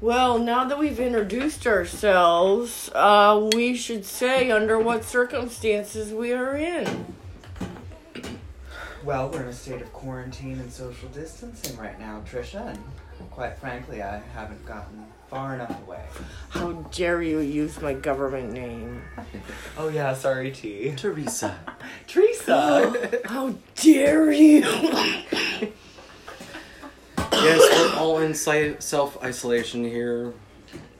Well, now that we've introduced ourselves, uh, we should say under what circumstances we are in. Well, we're in a state of quarantine and social distancing right now, Trisha, and quite frankly, I haven't gotten far enough away. How dare you use my government name? Oh yeah, sorry, T. Teresa. Teresa. How dare you? yes, we're all in si- self isolation here.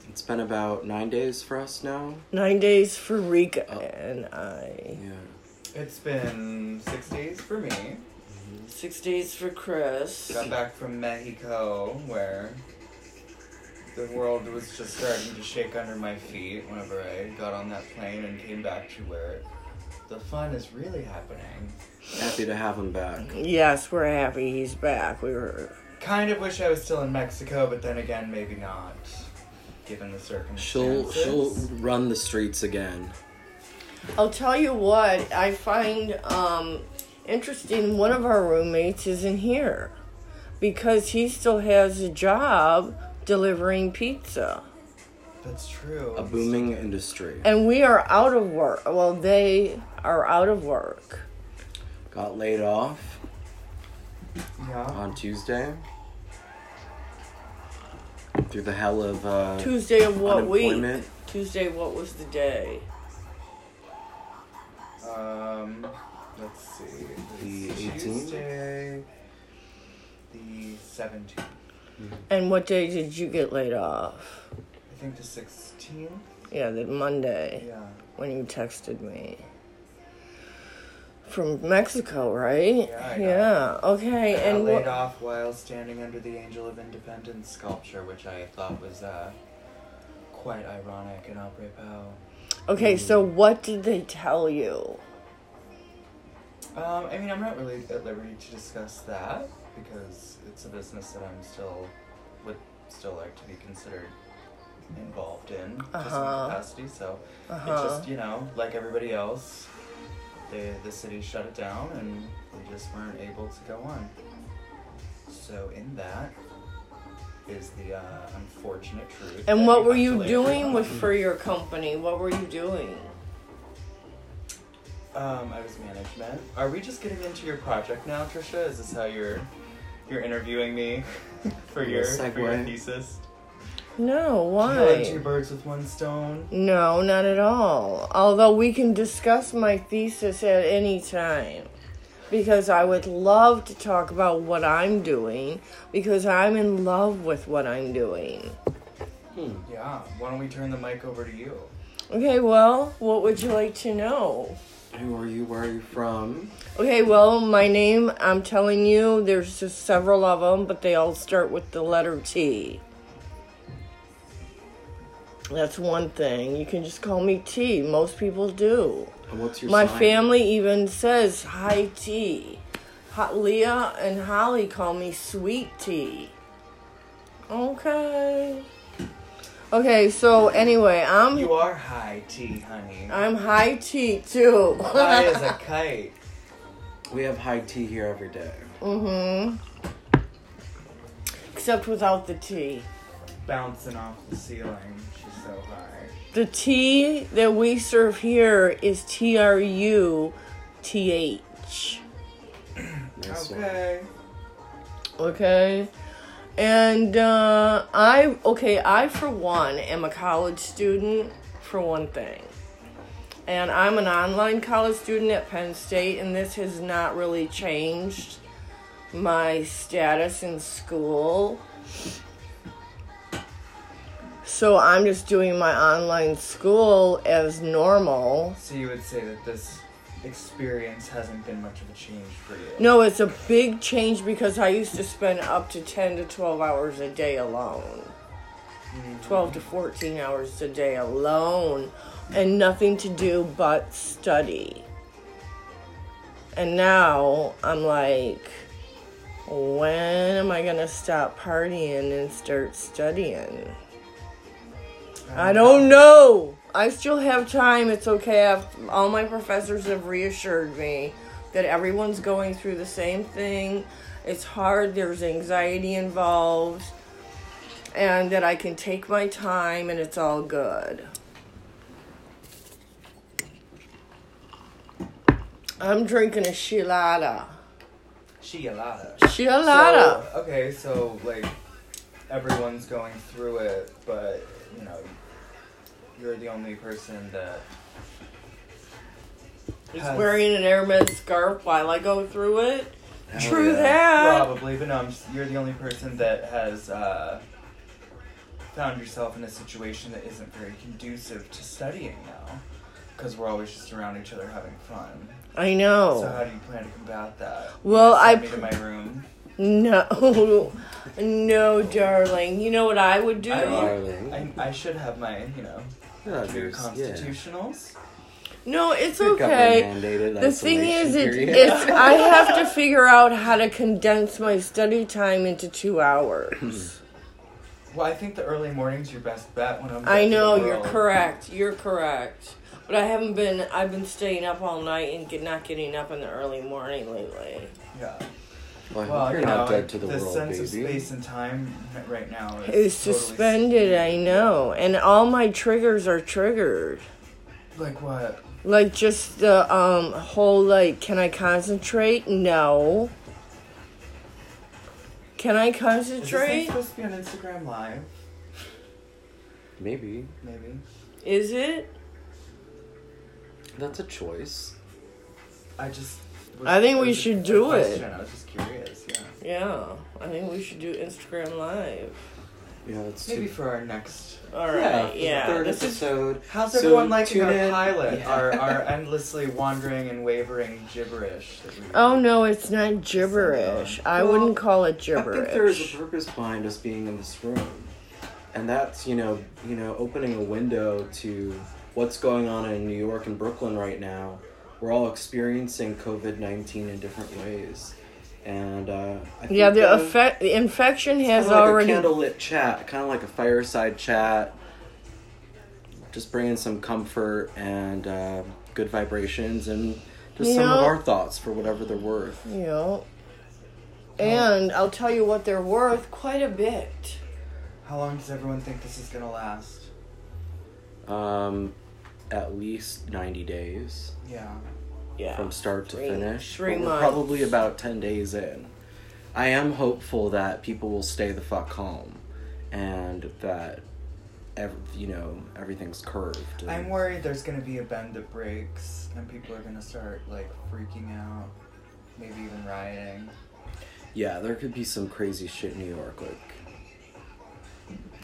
It's been about nine days for us now. Nine days for Rika and I. Yeah. it's been six days for me. Six days for Chris. Got back from Mexico, where the world was just starting to shake under my feet. Whenever I got on that plane and came back to where the fun is really happening. Happy to have him back. Yes, we're happy he's back. We were. Kind of wish I was still in Mexico, but then again, maybe not, given the She'll circumstances. she'll run the streets again. I'll tell you what I find um, interesting. One of our roommates isn't here because he still has a job delivering pizza, That's true. A booming industry. and we are out of work. Well, they are out of work. Got laid off Yeah. on Tuesday. Through the hell of uh, Tuesday of what week? unemployment. Tuesday, what was the day? Um, let's see. The It's 18th? Tuesday, the seventeenth. And what day did you get laid off? I think the sixteenth. Yeah, the Monday. Yeah. when you texted me from Mexico, right? Yeah, I know. Yeah, Okay. I got and laid wha- off while standing under the Angel of Independence sculpture, which I thought was uh, quite ironic and apropos. okay, so what did they tell you? Um, I mean, I'm not really at liberty to discuss that because it's a business that I'm still would still like to be considered involved in just in Uh-huh. capacity. So Uh-huh. it's just you know, like everybody else, the the city shut it down and they just weren't able to go on. So in that is the uh, unfortunate truth. that And what we were have you to live doing with. with for your company? What were you doing? Um, I was management. Are we just getting into your project now, Trisha? Is this how you're you're interviewing me for your for your Segue. thesis? No, Killing two why? birds with one stone. No, not at all. Although we can discuss my thesis at any time. Because I would love to talk about what I'm doing because I'm in love with what I'm doing. Yeah. Why don't we turn the mic over to you? Okay, well, what would you like to know? Who are you? Where are you from? Okay, well, my name, I'm telling you, there's just several of them, but they all start with the letter T. That's one thing. You can just call me T. Most people do. And what's your my sign? family even says, Hi, T. Ho- Leah and Holly call me Sweet T. Okay. Okay, so anyway, I'm You are high tea, honey. I'm high T too. High as a kite. We have high tea here every day. Mm-hmm. Except without the T. Bouncing off the ceiling. She's so high. The T that we serve here is T R U T H. Nice one. Okay. Okay? And uh, I, okay, I for one am a college student for one thing. And I'm an online college student at Penn State, and this has not really changed my status in school. So I'm just doing my online school as normal. So you would say that this experience hasn't been much of a change for you. No, it's a big change because I used to spend up to 10 to 12 hours a day alone. 12 to 14 hours a day alone and nothing to do but study. And now I'm like, when am I going to stop partying and start studying? I don't know. I still have time. It's okay. I've, all my professors have reassured me that everyone's going through the same thing. It's hard. There's anxiety involved. and that I can take my time and it's all good. I'm drinking a chilada. Shialada. Chilada. So, okay, so like everyone's going through it, but you know, you're the only person that He's has- wearing an airman scarf while I go through it. Hell True yeah. that. probably, but no, I'm just, you're the only person that has uh, found yourself in a situation that isn't very conducive to studying now, because we're always just around each other having fun. I know. Oh. So how do you plan to combat that? Well, Send I me to pr- my room. No, no, darling. You know what I would do? I don't- Darling. I, I should have my you know Yeah, two there's- yeah. constitutionals. No, it's Your okay. government-mandated The thing is, isolation it, period. it's I have to figure out how to condense my study time into two hours. Well, I think the early morning's your best bet when I'm. back I in the know you're world. correct. You're correct. But I haven't been. I've been staying up all night and get, not getting up in the early morning lately. Yeah. Well, I hope Well, you're you know, not dead to the, world, sense baby. of space and time right now is It's totally suspended. I know, and all my triggers are triggered. Like what? Like just the um whole like can I concentrate? No. Can I Is this thing concentrate? supposed to be on Instagram Live? Maybe Maybe. Is it? that's a choice. I just. was- I think it we was a- should a do it. question. I was just curious. Yeah. Yeah. I think we should do Instagram live. Yeah, that's Maybe too. for our next. All yeah, right. Yeah. Third This is episode. How's So everyone liking tune our in- pilot? Yeah. Our our endlessly wandering and wavering gibberish. That we Oh no, it's not gibberish. I Well, wouldn't call it I think there is gibberish. a purpose behind us being in this room, and that's you know you know opening a window to what's going on in New York and Brooklyn right now. We're all experiencing COVID nineteen in different ways, and uh, I think Yeah, the uh, effect the infection it's has kinda like already a candlelit chat, kind of like a fireside chat. Just bringing some comfort and uh, good vibrations, and just some Yeah. of our thoughts for whatever they're worth. you know. Oh. And I'll tell you what they're worth quite a bit. How long does everyone think this is gonna last? Um, at least ninety days. Yeah. Yeah. from start to Three- finish. three but we're months. probably about 10 days in. I am hopeful that people will stay the fuck home and that ev- you know everything's curved. and- I'm worried there's gonna be a bend that breaks and people are gonna start like freaking out, maybe even rioting. yeah, there could be some crazy shit in New York like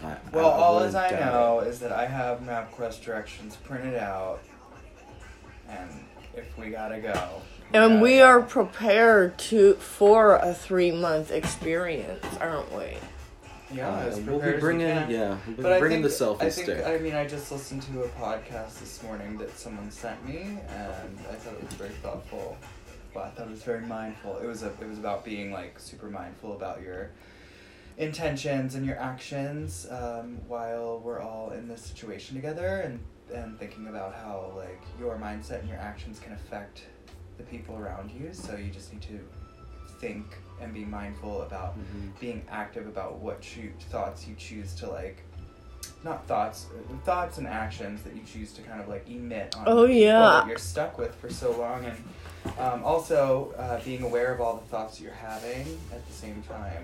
I, Well, I all as I wouldn't doubt know is that I have MapQuest directions printed out, and if we gotta go, And gotta we go. are prepared to for a three month experience, aren't we? it. yeah, Uh, as we'll prepared be as bringing, we can. yeah, we'll be But I bringing think, the selfie I think, stick. I mean, I just listened to a podcast this morning that someone sent me, and I thought it was very thoughtful. Well, I thought it was very mindful. It was a, it was about being like super mindful about your intentions and your actions um, while we're all in this situation together, and and thinking about how like your mindset and your actions can affect the people around you. So you just need to think and be mindful about Mhm. being active about what choo- thoughts you choose to like not thoughts uh, thoughts and actions that you choose to kind of like emit on Oh, people yeah. that you're stuck with for so long and um, also uh, being aware of all the thoughts you're having at the same time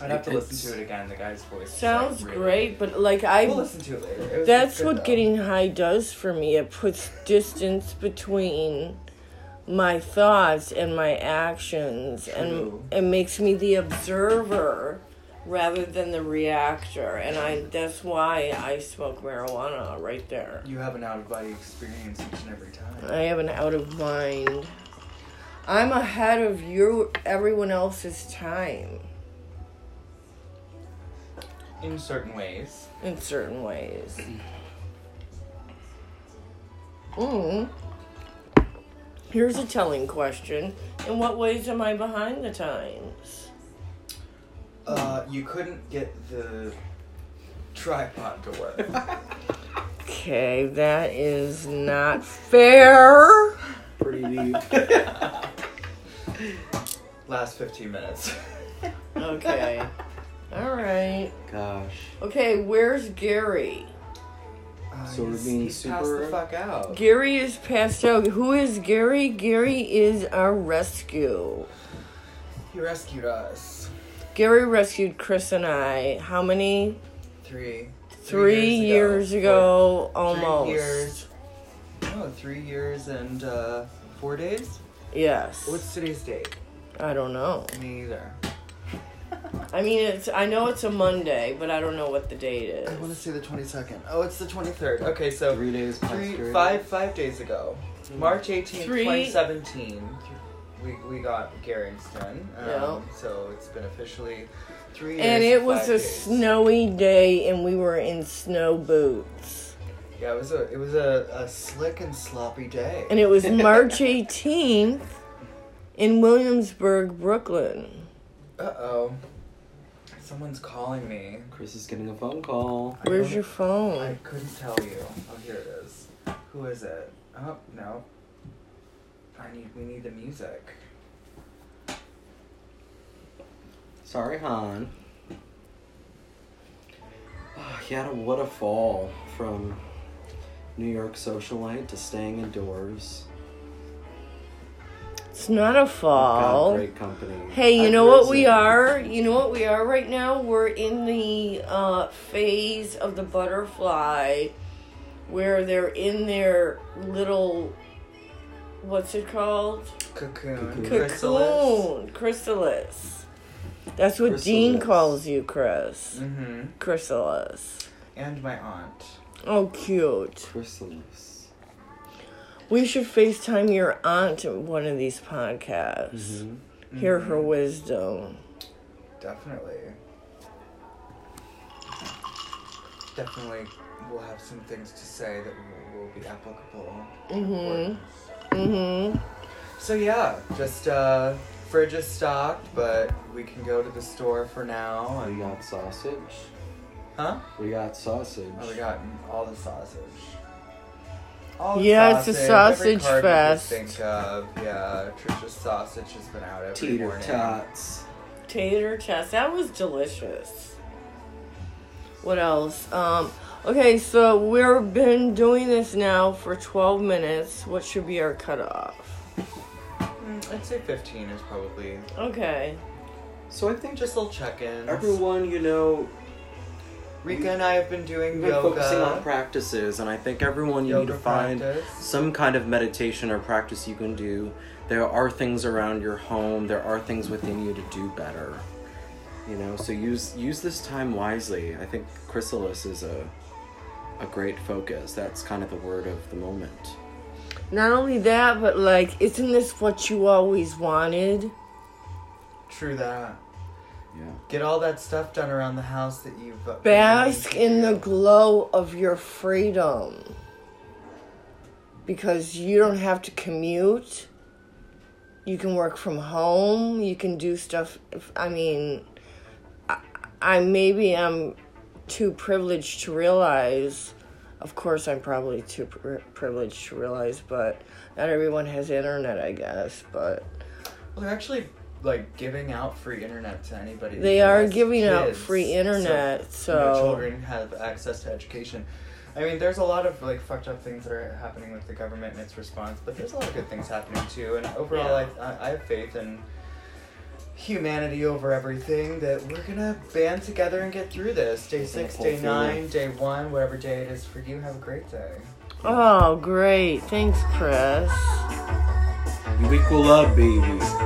i'd have to listen It's- to it again the guy's voice is, like, Sounds really- great, but like I we'll listen to it later It was- that's it's good, what though. getting high does for me. It puts distance between my thoughts and my actions True. and it makes me the observer rather than the reactor and I that's why I smoke marijuana right there. you have an out-of-body experience each and every time I have an out of mind. I'm ahead of you everyone else's time in certain ways in certain ways. Mm. Here's a telling question. In what ways am I behind the times? uh, you couldn't get the tripod to work Okay, that is not fair. Pretty deep. last 15 minutes Okay. All right. Gosh. Okay, where's Gary? Ah, Uh, So we're he's- being he's passed super- the fuck out. Gary is passed out. Who is Gary? Gary is our rescue. He rescued us. Gary rescued Chris and I. How many? Three. Three years ago, Four- almost. Three years. No, three years and uh, four days. Yes. What's today's date? I don't know. Me either. I mean, it's. I know it's a Monday, but I don't know what the date is. I want to say the twenty second. Oh, it's the twenty third. Okay, so Three days past three, Gary. five, five days ago, March eighteenth, Mm. Three- twenty seventeen. We, we got Garrington, um, Yeah. so it's been officially three. Years and it five was a days. snowy day, and we were in snow boots. Yeah, it was a it was a, a slick and sloppy day. And it was March 18th in Williamsburg, Brooklyn. Uh oh, someone's calling me. Chris is getting a phone call. Where's don't- your I phone? couldn't tell you. Oh, here it is. Who is it? Oh no. I need. We need the music. Sorry, Han. Oh, yeah, what a fall from New York socialite to staying indoors. It's not a Got fall. great company. Hey, you I've know what we risen. are? You know what we are right now? We're in the uh, phase of the butterfly where they're in their little, what's it called? Cocoon. Cocoon. Chrysalis. Cocoon. Chrysalis. That's what Dean Chrysalis. calls you, Chris. Mm-hmm. Chrysalis. And my aunt. Oh, cute. Chrysalis. We should FaceTime your aunt in one of these podcasts. Mhm. Hear her wisdom. Definitely. Definitely, we'll have some things to say that will, will be applicable. Mm hmm. Mm hmm. So yeah, just uh, fridge is stocked, but we can go to the store for now. We And Oh, got sausage. huh? We got sausage. Oh, we got all the sausage. All Yeah, it's a every sausage carb you could fest. Think of yeah, Trisha's sausage has been out every Teeter morning. tots. Tater chest. That was delicious. What else? Um, okay, so we've been doing this now for 12 minutes. What should be our cutoff? Mm, I'd say fifteen is probably Okay. So I think just just little check-ins. everyone, you know, Rika and I have been doing We've been yoga. focusing on practices, and I think everyone you need Yoga to find practice. some kind of meditation or practice you can do. There are things around your home. There are things within you to do better. You know, so use use this time wisely. I think chrysalis is a a great focus. That's kind of the word of the moment. Not only that, but like, isn't this what you always wanted? True that. Yeah. Get all that stuff done around the house that you've uh, been Bask wanting to in the do. glow of your freedom. Because you don't have to commute. You can work from home. You can do stuff. if- I mean, I, I maybe I'm too privileged to realize. Of course, I'm probably too pri privileged to realize, but not everyone has internet, I guess. But Well, they're actually like giving out free internet to anybody. They who are has giving out kids, free internet, you know, so- children have access to education. I mean, there's a lot of like fucked up things that are happening with the government and its response, but there's a lot of good things happening too. And overall, I, I, I have faith in humanity over everything that we're gonna band together and get through this. Day six, pull day through. nine, day one, whatever day it is for you. Have a great day. oh, great! Thanks, Chris. You equal up, baby.